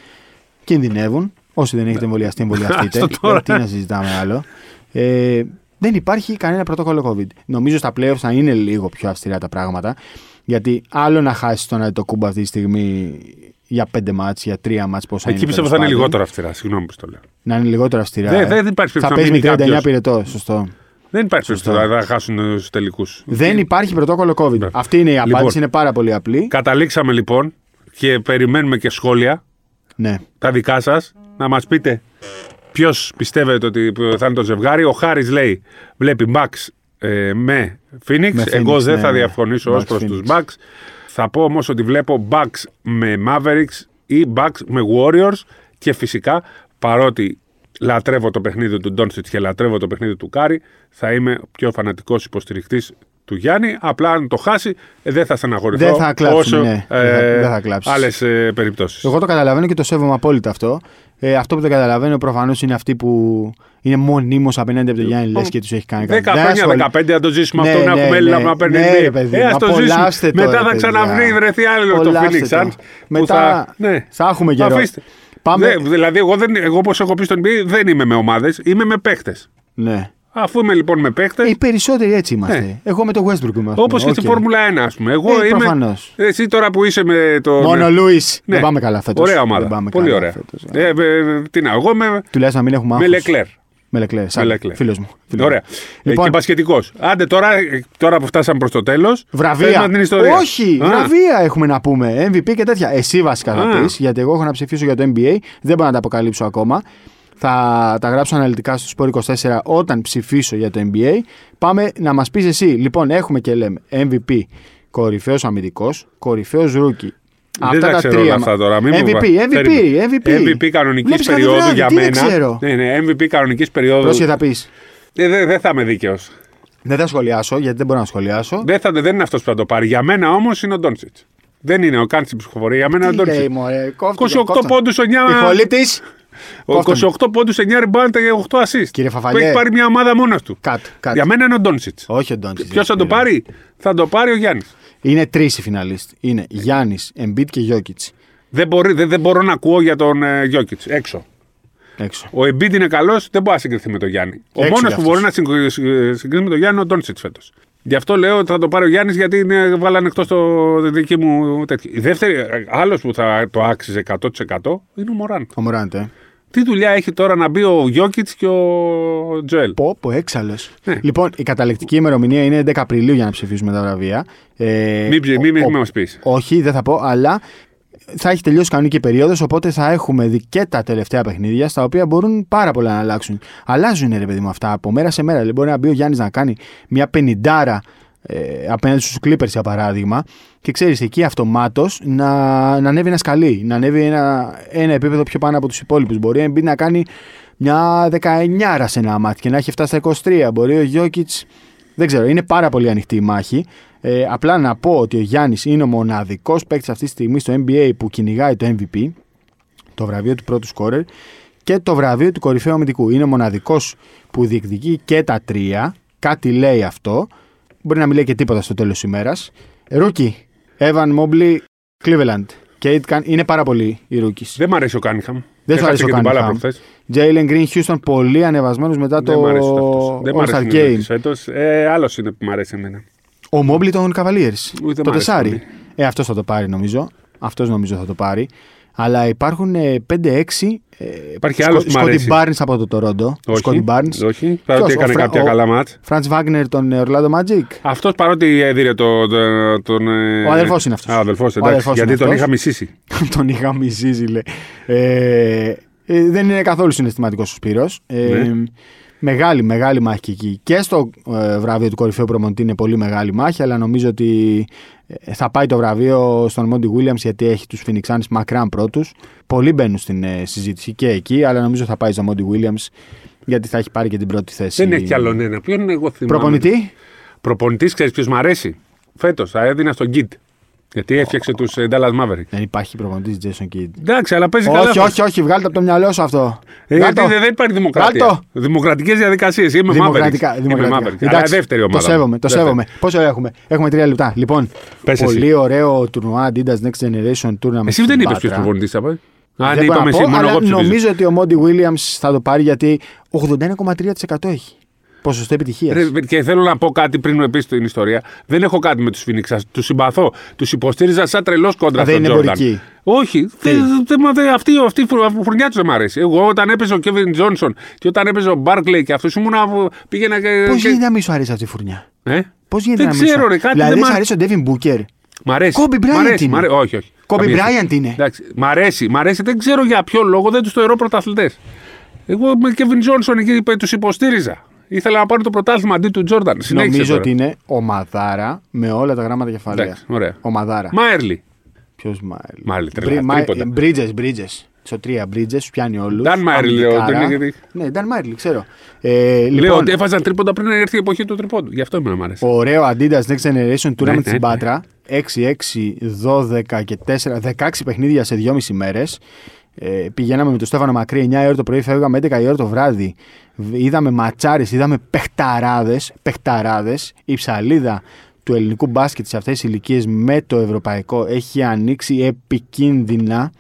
S1: κινδυνεύουν. Όσοι δεν έχετε εμβολιαστεί, εμβολιαστείτε.
S2: Άστο Ναι. τώρα.
S1: Ε, τι να συζητάμε άλλο. Ε, δεν υπάρχει κανένα πρωτόκολλο COVID. Νομίζω στα playoffs θα είναι λίγο πιο αυστηρά τα πράγματα. Γιατί άλλο να χάσεις τον Αντιτοκούμπα αυτή τη στιγμή για πέντε μάτς, για τρία μάτς, πόσα
S2: Εκεί
S1: είναι
S2: πιστεύω θα
S1: τέλος
S2: είναι
S1: πάντων.
S2: λιγότερο αυστηρά. Συγγνώμη που στο λέω.
S1: Να είναι λιγότερο αυστηρά.
S2: Δεν-
S1: ε.
S2: δεν υπάρχει περίπτωση
S1: Θα
S2: να
S1: παίζει με
S2: μείνει
S1: 39
S2: κάποιος.
S1: πυρετό. Σωστό.
S2: Δεν υπάρχει περίπτωση να χάσουν ε, του τελικούς.
S1: Δεν υπάρχει πρωτόκολλο COVID.
S2: Ναι.
S1: Αυτή είναι η απάντηση.
S2: Λοιπόν.
S1: είναι πάρα πολύ απλή.
S2: Καταλήξαμε λοιπόν και περιμένουμε και σχόλια
S1: Ναι.
S2: τα δικά σας, να μας πείτε ποιος πιστεύετε ότι θα είναι το ζευγάρι. Ο Χάρης λέει: Βλέπει Μπαξ ε, με Phoenix.
S1: Με
S2: Εγώ
S1: Phoenix,
S2: δεν
S1: ναι,
S2: θα
S1: ναι.
S2: διαφωνήσω ως
S1: Bucks,
S2: προς τους
S1: Phoenix.
S2: Μπαξ. Θα πω όμως ότι βλέπω Bucks με Mavericks ή Bucks με Warriors και φυσικά παρότι λατρεύω το παιχνίδι του Ντόνσιτ και λατρεύω το παιχνίδι του Κάρι, θα είμαι ο πιο φανατικός υποστηρικτής του Γιάννη. Απλά αν το χάσει, ε, δεν θα στεναχωρηθώ.
S1: Δεν θα κλάψουμε,
S2: όσο,
S1: ναι. Δεν θα- δεν θα κλάψεις.
S2: άλλες, ε, περιπτώσεις.
S1: Εγώ το καταλαβαίνω και το σέβομαι απόλυτα αυτό. Ε, αυτό που δεν καταλαβαίνω προφανώς είναι αυτοί που είναι μονίμως απέναντι από τον Γιάννη Λε και τους έχει κάνει
S2: 10
S1: κάτι. Δεν
S2: χρόνια,
S1: ασχολεί-
S2: 15 να το ζήσουμε
S1: Ναι,
S2: αυτό, να
S1: ναι,
S2: έχουμε Έλληνα
S1: ναι.
S2: να παίρνει
S1: Ναι,
S2: NBA.
S1: ρε παιδί,
S2: Ε, ας το ζήσουμε.
S1: απολαύστε το,
S2: Μετά
S1: ρε
S2: θα
S1: παιδιά.
S2: ξαναβρει, βρεθεί άλλο το
S1: Απολαύστε
S2: Phoenix
S1: το.
S2: Suns. που
S1: Μετά
S2: θα, ναι.
S1: θα έχουμε καιρό.
S2: Αφήστε.
S1: Πάμε-
S2: Δε- δηλαδή, εγώ, δεν, εγώ όπως έχω πει στον NBA, δεν είμαι με ομάδες, είμαι με παίχτες.
S1: Ναι.
S2: Αφού είμαι λοιπόν με παίχτες,
S1: Ε, οι περισσότεροι έτσι είμαστε.
S2: Ναι.
S1: Εγώ με το Westbrook είμαι. ας
S2: όπως και
S1: πούμε.
S2: στη
S1: Οκ.
S2: Φόρμουλα 1, ας πούμε. Εγώ
S1: Ε,
S2: είμαι,
S1: προφανώς.
S2: εσύ τώρα που είσαι με το...
S1: Μόνο
S2: με-
S1: Λούι.
S2: Ναι.
S1: Δεν πάμε καλά φέτος.
S2: Ωραία ομάδα. Πολύ ωραία. Ε, ε, ε, τι να, εγώ με,
S1: Τουλάχιστον να μην έχουμε
S2: με
S1: άγχος.
S2: Λεκλέρ.
S1: Με Λεκλέρ.
S2: Με
S1: Σαν
S2: Leclerc.
S1: φίλος μου. Φίλος
S2: Ωραία.
S1: μου.
S2: Λοιπόν,
S1: Λοιπόν,
S2: και πασχετικό. Άντε τώρα, ε, τώρα που φτάσαμε προς το τέλος.
S1: βραβεία.
S2: την ιστορία.
S1: Όχι,
S2: Α,
S1: βραβεία έχουμε να πούμε. MVP και τέτοια. Εσύ βασικά θα
S2: Α.
S1: πεις, γιατί εγώ έχω να ψηφίσω για το NBA. Δεν μπορώ να τα αποκαλύψω ακόμα. Θα τα γράψω αναλυτικά στο Σπορ 24 όταν ψηφίσω για το NBA. Πάμε να μας πεις εσύ. Λοιπόν, έχουμε και λέμε MVP κορυφαίος αμυντικός, κορυφαίος ρούκι.
S2: Δεν τα, ξέρω όλα αυτά τώρα. Μην μου
S1: MVP,
S2: βα-
S1: MVP,
S2: Περίμενε.
S1: MVP.
S2: MVP κανονικής
S1: Βλέπεις κάθε
S2: περίοδου
S1: βράδυ,
S2: για
S1: τι
S2: μένα.
S1: Δεν ξέρω.
S2: Ναι, ναι, MVP κανονικής περίοδου.
S1: Πρόσεχε θα πεις.
S2: Ε, Δεν δεν θα είμαι δίκαιος.
S1: Δεν θα σχολιάσω, γιατί δεν μπορώ να σχολιάσω.
S2: Δεν, θα- δεν είναι αυτός που θα το πάρει. Για μένα όμως είναι ο Ντόνσιτ. Δεν είναι ο Κάντσι ψηφοφορία. Για μένα είναι ο
S1: Τι λέει,
S2: Ντόνσιτ.
S1: μωρέ,
S2: 28 πόντου, 9.
S1: Ιχολύπτης,
S2: Ο
S1: Κόφτον.
S2: 28 πόντου, 9 rebound και 8 assist.
S1: Κύριε
S2: Που
S1: Φαφαλιέ.
S2: έχει πάρει μια ομάδα μόνος του.
S1: Κάτ, κάτ.
S2: Για μένα είναι ο Ντόνσιτ.
S1: Όχι ο Ντόντσιτ.
S2: Ποιος θα το πάρει, θα το πάρει ο Γιάννης.
S1: Είναι τρεις οι φιναλίστ. Είναι Γιάννης, Εμπίτ και Γιώκητ.
S2: Δεν, μπορεί, δεν, δεν μπορώ να ακούω για τον ε, Γιώκητ έξω.
S1: Έξω.
S2: Ο Εμπίτ είναι καλός, δεν μπορεί να συγκριθεί με τον Γιάννη. Ο
S1: Έξω
S2: μόνος
S1: κι
S2: που
S1: αυτός.
S2: μπορεί να συγκρι- ε, συγκριθεί με τον Γιάννη είναι ο Ντόνσιτ φέτος. Γι' αυτό λέω ότι θα το πάρει ο Γιάννης, γιατί είναι, βάλανε εκτός το τη δική μου τέτοια. Η δεύτερη, άλλος που θα το άξιζε 100% είναι ο Μωράν.
S1: Ο Μωράντε.
S2: Τι δουλειά έχει τώρα να μπει ο Γιώκητ και ο Τζοέλ.
S1: Πω, πω, έξαλλος.
S2: Ναι.
S1: Λοιπόν, η καταληκτική ημερομηνία είναι 11 Απριλίου για να ψηφίσουμε τα βραβεία. Ε,
S2: Μην ψη- μην- μην
S1: ο-
S2: μας πεις.
S1: Όχι, δεν θα πω, αλλά θα έχει τελειώσει η κανονική περίοδος, οπότε θα έχουμε δει και τα τελευταία παιχνίδια, στα οποία μπορούν πάρα πολλά να αλλάξουν. Αλλάζουν, ρε παιδί μου, αυτά από μέρα σε μέρα. Δηλαδή, μπορεί να μπει ο Γιάννης να κάνει μια πενιντάρα ε, απέναντι στους Clippers, για παράδειγμα, και ξέρεις εκεί αυτομάτως να, να ανέβει ένα σκαλί, να ανέβει ένα, ένα επίπεδο πιο πάνω από τους υπόλοιπους. Μπορεί ο Embiid να κάνει μια 19 σε ένα μάτι και να έχει φτάσει στα 23. Μπορεί ο Γιώκητ δεν ξέρω, είναι πάρα πολύ ανοιχτή η μάχη. Ε, απλά να πω ότι ο Γιάννης είναι ο μοναδικός παίκτης αυτή τη στιγμή στο NBA που κυνηγάει το MVP, το βραβείο του πρώτου σκόρερ και το βραβείο του κορυφαίου αμυντικού. Είναι ο μοναδικός που διεκδικεί και τα τρία. Κάτι λέει αυτό. Μπορεί να μην λέει και τίποτα στο τέλος της ημέρας. Ρούκι, Evan Mobley, Cleveland. Kate Cunningham. Είναι πάρα πολύ οι ρούκι.
S2: Δεν μ' αρέσει ο Κάνιχαμ.
S1: Δεν σου αρέσει ο Cunningham. Jalen Green Houston, πολύ ανεβασμένος μετά
S2: Δεν μ'
S1: το
S2: αρέσει αυτός. Δεν μ'
S1: All-Star
S2: αρέσει
S1: Game.
S2: φέτος. Ε, άλλος είναι που μ' αρέσει εμένα.
S1: Ο Μόμπλη των Καβαλίερ.
S2: Ου, δεν μ'
S1: Το
S2: αρέσει
S1: τεσάρι.
S2: πολύ.
S1: Ε, αυτός θα το πάρει νομίζω. Αυτός νομίζω θα το πάρει. Αλλά υπάρχουν ε, 5-6.
S2: Υπάρχει άλλος που μ' αρέσει.
S1: Barnes από το Τορόντο.
S2: Όχι.
S1: Σκότι Barnes.
S2: Όχι. Παρότι
S1: Ποιος, ο
S2: έκανε
S1: Φρα-
S2: κάποια
S1: ο-
S2: καλά μάτ.
S1: Φραντ Βάγκνερ των ε, Orlando Magic.
S2: Αυτός παρότι έδιρε το, το- τον. ε,
S1: Ο αδελφός είναι αυτός.
S2: Α, αδελφός,
S1: Ο
S2: εντάξει.
S1: αδελφός
S2: γιατί
S1: είναι
S2: τον
S1: αυτός.
S2: είχα μισήσει.
S1: τον είχα μισήσει, λέει. Ε, ε, δεν είναι καθόλου συναισθηματικός ο Σπύρος. Ε,
S2: Ναι.
S1: Μεγάλη, μεγάλη μάχη και εκεί. Και στο ε, βραβείο του κορυφαίου προμονητή είναι πολύ μεγάλη μάχη, αλλά νομίζω ότι ε, θα πάει το βραβείο στον Μόντι Williams γιατί έχει τους Phoenix Suns μακράν πρώτους. Πολλοί μπαίνουν στην ε, συζήτηση και εκεί, αλλά νομίζω θα πάει στον Μόντι Williams γιατί θα έχει πάρει και την πρώτη θέση.
S2: Δεν έχει κι άλλον ένα. Ποιον είναι εγώ θυμάμαι.
S1: Προπονητή.
S2: Προπονητής, ξέρεις ποιος μου αρέσει. Φέτος θα έδινα στον Κιντ. Γιατί έφτιαξε τους Dallas Maverick.
S1: Δεν υπάρχει προπονητής Jason Kidd.
S2: Εντάξει, αλλά παίζει καλά.
S1: Όχι, όχι, όχι, βγάλτε από το μυαλό σου αυτό. Βγάλτε
S2: Ε, γιατί
S1: το.
S2: δεν δεν υπάρχει δημοκρατία.
S1: Βγάλ'
S2: Δημοκρατικές διαδικασίες. Είμαι
S1: Δημοκρατικά.
S2: Mavericks. Είμαι
S1: δημοκρατικά.
S2: Mavericks. Αλλά δεύτερη ομάδα.
S1: Το σέβομαι. Το
S2: Δεύτερη.
S1: σέβομαι. Πόσο ώρα έχουμε. Έχουμε τρία λεπτά. Λοιπόν,
S2: Πες
S1: πολύ
S2: εσύ.
S1: ωραίο τουρνουά Adidas Next Generation Tournament.
S2: Εσύ
S1: στην
S2: δεν είπες
S1: Πάτρα.
S2: ποιος προπονητής θα πάει. Α,
S1: Δεν
S2: ναι,
S1: μπορώ
S2: είπαμε
S1: να
S2: εσύ,
S1: πω,
S2: μόνο
S1: αλλά
S2: εγώ ψηφίζω.
S1: Νομίζω ότι ο Μόντι Williams θα το πάρει γιατί 81,3% έχει. Ποσοστό επιτυχίας.
S2: Ρε, Και θέλω να πω κάτι πριν μου πεις την ιστορία. Δεν έχω κάτι με τους Φινίξα. Τους συμπαθώ. Τους υποστήριζα σαν τρελός κόντρα
S1: Α, δεν
S2: στον
S1: είναι
S2: Τζόρνταν.
S1: εμπορικοί.
S2: Όχι. Δε, δε, μα, δε, αυτή, αυτή η φρου- φουρνιά τους δεν μ' αρέσει. Εγώ όταν έπαιζε ο Κέβιν Τζόνσον και όταν έπαιζε ο Μπάρκλεϊ και αυτούς ήμουν. α, Πήγαινα και.
S1: Πώς
S2: και-
S1: γίνεται να μην σου αρέσει αυτή η φουρνιά.
S2: Ε?
S1: Πώς γίνεται
S2: Δεν
S1: να μην σου
S2: ξέρω, ρε, κάτι
S1: Δηλαδή,
S2: δεν
S1: σου
S2: μ'
S1: αρέσει ο Ντέβιν Μπούκερ.
S2: Μ' αρέσει.
S1: Kobe Bryant
S2: μ αρέσει,
S1: είναι.
S2: μ' αρέσει. Όχι, όχι.
S1: Κόμπι
S2: Καμία σχέση.
S1: Μπράιαντ είναι.
S2: Εντάξει, μ' αρέσει, μ' αρέσει. Δεν ξέρω για ποιο λόγο δεν τους θεωρώ πρωταθλητές. Εγώ με Κέβιν Τζόνσον εκεί τους υποστήριζα. Ήθελα να πάρω το πρωτάθλημα αντί του Τζόρνταν. Συνέχισε.
S1: Νομίζω
S2: τώρα.
S1: ότι είναι ομαδάρα με όλα τα γράμματα κεφαλαία.
S2: Εντάξει, ωραία.
S1: Ομαδάρα.
S2: Μάερλι.
S1: Ποιο Μάιλ.
S2: Μάιλ, τρελά, τρίποντα.
S1: Μπρίτζες, Μπρίτζες. Στο τρία Μπρίτζες, πιάνει όλους.
S2: Νταν Μάιλ, λέω, δεν είναι γιατί-
S1: Ναι, Νταν Μάιλ, ξέρω. Ε,
S2: Λέω
S1: λοιπόν,
S2: ότι έφαζαν τρίποντα πριν να έρθει η εποχή του τρίποντου. Γι' αυτό εμένα μ' αρέσει.
S1: ωραίο Adidas Next Generation Tournament
S2: ναι, ναι.
S1: στην Πάτρα. 6, 6, 12 και 4, 16 παιχνίδια σε 2,5 μέρες. Ε, πηγαίναμε με τον Στέφανο Μακρύ 9 η ώρα το πρωί, φεύγαμε 11 η ώρα το βράδυ. Β- Είδαμε ματσάρες, είδαμε παιχταράδες, παιχταράδες. Η ψαλίδα του ελληνικού μπάσκετ σε αυτές τις ηλικίες με το ευρωπαϊκό έχει ανοίξει επικίνδυνα.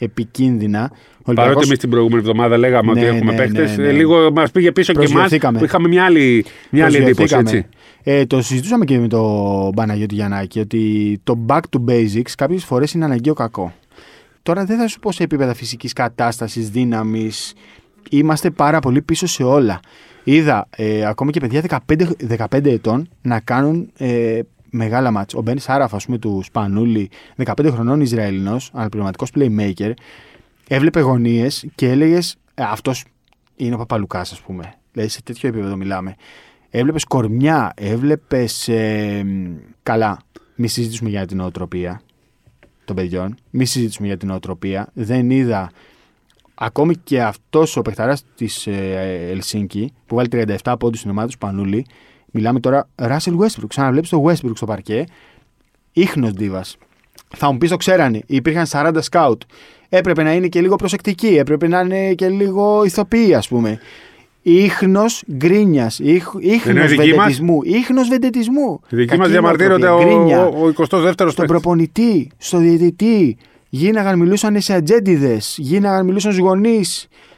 S1: Επικίνδυνα. Ο
S2: Παρότι
S1: Ολυμπιακός-
S2: εμείς την προηγούμενη εβδομάδα λέγαμε
S1: Ναι,
S2: ότι έχουμε
S1: ναι,
S2: παίχτε,
S1: ναι, ναι.
S2: λίγο μας πήγε πίσω και εμάς
S1: Προσγειωθήκαμε.
S2: που είχαμε μια άλλη, μια άλλη εντύπωση.
S1: Προσγειωθήκαμε.
S2: Έτσι.
S1: Ε, το συζητούσαμε και με τον Παναγιώτη Γιαννάκη ότι το back to basics κάποιες φορές είναι αναγκαίο κακό. Τώρα δεν θα σου πω σε επίπεδα φυσικής κατάστασης, δύναμης. Είμαστε πάρα πολύ πίσω σε όλα. Είδα ε, ακόμη και παιδιά 15, 15 ετών να κάνουν ε, μεγάλα μάτς. Ο Μπένι Σάραφ, ας πούμε, του Σπανούλη, 15 χρονών Ισραηλινός, αναπληρωματικός playmaker, έβλεπε γωνίες και έλεγες Αυτός είναι ο Παπαλουκάς, ας πούμε. Δηλαδή σε τέτοιο επίπεδο μιλάμε. Έβλεπες κορμιά, έβλεπες. καλά, μη συζητήσουμε για την οτροπία των παιδιών. Μη συζητήσουμε για την οτροπία. Δεν είδα ακόμη και αυτός ο παιχταράς της ε, Ελσίνκη που βάλει 37 πόντους στην ομάδα του Σπανούλη. Μιλάμε τώρα Ράσελ Westbrook. Ξαναβλέπει το Westbrook στο παρκέ. Ήχνο Ντίβα. Θα μου πεις το ξέρανε. Υπήρχαν 40 σκάουτ. Έπρεπε να είναι και λίγο προσεκτικοί. Έπρεπε να είναι και λίγο ηθοποιοί, ας πούμε. Ήχνο γκρίνια. Ήχνο
S2: Ενώ οι δικοί μας-
S1: βεντετισμού. Ήχνο βεντετισμού.
S2: Οι δικοί μας
S1: Κακή
S2: διαμαρτύρονται ο,
S1: νοοτροπία, γκρίνια
S2: ο, ο 22ο
S1: στον προπονητή, στο διαιτητή. Γίναγαν, μιλούσαν σε ατζέντιδες. Γίναγαν, μιλούσαν στους γονείς.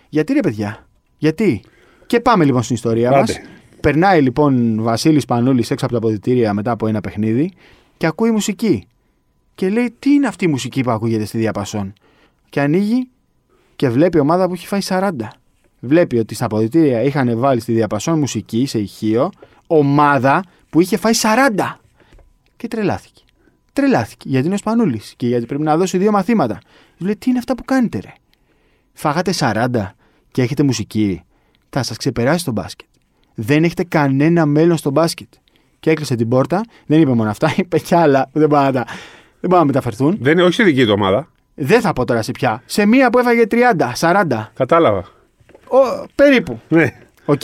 S1: Γιατί ρε παιδιά, γιατί. Και πάμε λοιπόν στην ιστορία μα.
S2: Άντε.
S1: Περνάει λοιπόν Βασίλης Πανούλης έξω από τα αποδητήρια μετά από ένα παιχνίδι και ακούει μουσική. Και λέει, Τι είναι αυτή η μουσική που ακούγεται στη διαπασόν. Και ανοίγει και βλέπει ομάδα που έχει φάει 40. Βλέπει ότι στα αποδητήρια είχαν βάλει στη διαπασόν μουσική σε ηχείο ομάδα που είχε φάει 40. Και τρελάθηκε. Τρελάθηκε. Γιατί είναι ο Σπανούλης και γιατί πρέπει να δώσει δύο μαθήματα. Του λέει: Τι είναι αυτά που κάνετε, ρε. Φάγατε 40 και έχετε μουσική. Θα σας ξεπεράσει το μπάσκετ. Δεν έχετε κανένα μέλλον στο μπάσκετ. Και έκλεισε την πόρτα. Δεν είπε μόνο αυτά, είπε κι άλλα. που Δεν μπορούν να, τα- δεν μπορούν να μεταφερθούν.
S2: Δεν είναι, όχι στη δική του ομάδα.
S1: Δεν θα πω τώρα σε ποια. Σε μία που έφαγε 30, 40.
S2: Κατάλαβα.
S1: Ο, περίπου.
S2: Ναι.
S1: Οκ.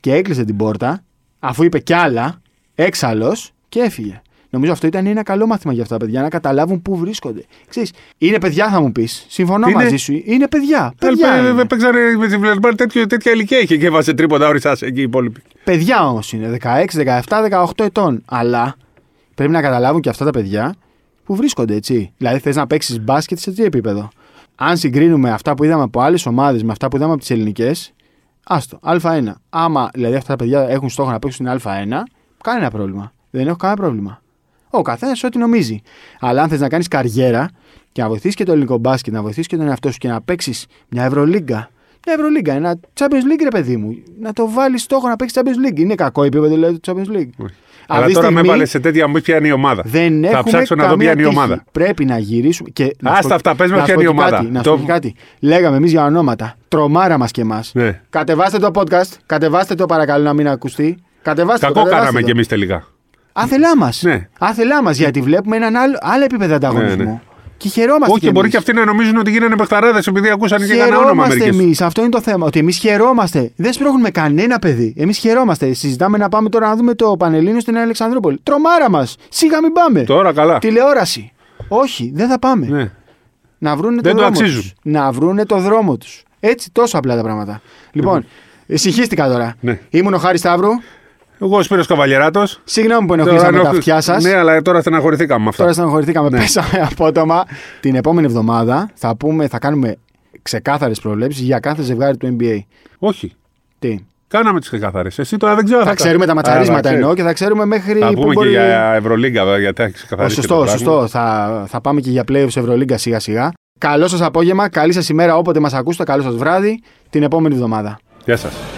S1: Και έκλεισε την πόρτα, αφού είπε κι άλλα, έξαλλος και έφυγε. Νομίζω αυτό ήταν ένα καλό μάθημα για αυτά τα παιδιά, να καταλάβουν πού βρίσκονται. Ξέρεις, είναι παιδιά, θα μου πεις. Συμφωνώ
S2: Είναι-
S1: μαζί σου. Είναι παιδιά. Παιδιά, είναι.
S2: Παίξανε με τη Βλασμπάρ τέτοιο- τέτοια ηλικία είχε και βάζε τρίποτα όρισα εκεί οι υπόλοιποι.
S1: παιδιά όμως είναι. 16, 17, 18 ετών. Αλλά πρέπει να καταλάβουν και αυτά τα παιδιά που βρίσκονται, έτσι. Δηλαδή, θες να παίξεις μπάσκετ σε τι επίπεδο. Αν συγκρίνουμε αυτά που είδαμε από άλλες ομάδες με αυτά που είδαμε από τις ελληνικές, άστο, Α1. Άμα δηλαδή αυτά τα παιδιά έχουν στόχο να παίξουν στην Α1, κανένα πρόβλημα. Δεν έχω κανένα πρόβλημα. Ο καθένας ό,τι νομίζει. Αλλά αν θες να κάνεις καριέρα και να βοηθήσει και το ελληνικό μπάσκετ, να βοηθήσει και τον εαυτό σου και να παίξεις μια Ευρωλίγκα. Μια Ευρωλίγκα, ένα Champions League, ρε παιδί μου. Να το βάλεις στόχο να παίξεις Champions League. Είναι κακό επίπεδο δηλαδή, του Champions League. Αυτή
S2: Αλλά
S1: τη
S2: τώρα με
S1: στιγμή-
S2: έβαλες σε τέτοια μου ποια είναι η ομάδα.
S1: δεν
S2: Θα
S1: έχουμε
S2: ψάξω να δω
S1: καμία
S2: ποια είναι η
S1: τύχη.
S2: ομάδα.
S1: Πρέπει να γυρίσουμε. Και να
S2: Άστα
S1: σου πω-
S2: αυτά, πες με
S1: να
S2: ποια
S1: σου
S2: είναι η
S1: πω και
S2: ομάδα.
S1: Κάτι, να σου
S2: Το-
S1: πω και κάτι. Λέγαμε εμείς για ονόματα. Τρομάρα μας και εμάς.
S2: Ναι.
S1: Κατεβάστε το podcast. Κατεβάστε το παρακαλώ να μην ακουστεί. Κατεβάστε το.
S2: Κακό
S1: κατεβάστε
S2: κάναμε
S1: το.
S2: κι εμείς τελικά.
S1: Άθελά μας.
S2: Ναι.
S1: Άθελά μας γιατί βλέπουμε έναν άλλο, άλλο επίπεδο ανταγωνισμού.
S2: Ναι, ναι.
S1: Και χαιρόμαστε.
S2: Όχι,
S1: κι
S2: μπορεί
S1: εμείς.
S2: και αυτοί να νομίζουν ότι γίνανε παιχταράδες επειδή ακούσαν και κανένα όνομα
S1: Χαιρόμαστε
S2: μερικές.
S1: εμείς. Αυτό είναι το θέμα. Ότι εμείς χαιρόμαστε. Δεν σπρώχνουμε κανένα παιδί. Εμείς χαιρόμαστε. Συζητάμε να πάμε τώρα να δούμε το Πανελλήνιο στην Αλεξανδρούπολη. Τρομάρα μας. Σίγα μην πάμε.
S2: Τώρα καλά.
S1: Τηλεόραση. Όχι, δεν θα πάμε.
S2: Ναι.
S1: Να βρούνε
S2: Δεν
S1: το
S2: το
S1: δρόμο
S2: αξίζουν.
S1: τους. Να βρούνε το δρόμο τους. Έτσι, τόσο απλά τα πράγματα. Λοιπόν, ησυχίστηκα τώρα.
S2: Ναι.
S1: Ήμουν ο Χάρης Σταύρου.
S2: Εγώ ο Σπύρος Καβαλιεράτος.
S1: Συγγνώμη που ενοχλήσαμε τα αυτιά σας.
S2: Ναι, αλλά τώρα στεναχωρηθήκαμε με
S1: Τώρα
S2: αυτά.
S1: στεναχωρηθήκαμε, πέσαμε απότομα. Ναι. Την επόμενη εβδομάδα θα, πούμε, θα κάνουμε ξεκάθαρες προβλέψεις για κάθε ζευγάρι του NBA.
S2: Όχι.
S1: Τι.
S2: Κάναμε τις ξεκαθαρέ. Εσύ τώρα δεν ξέρω.
S1: Θα ξέρουμε τα ματσαρίσματα εννοώ και θα ξέρουμε μέχρι
S2: Θα
S1: που
S2: πούμε και
S1: μπορεί.
S2: για Ευρωλίγκα, βέβαια, γιατί έχει
S1: Ο,
S2: ξεκαθαρίσει. το
S1: σωστό,
S2: πράγμα.
S1: σωστό. Θα, θα πάμε και για playoffs Ευρωλίγκα σιγά σιγά. Καλό σας απόγευμα, καλή σας ημέρα όποτε μας ακούσετε, καλό σας βράδυ. Την επόμενη εβδομάδα.
S2: Γεια σας.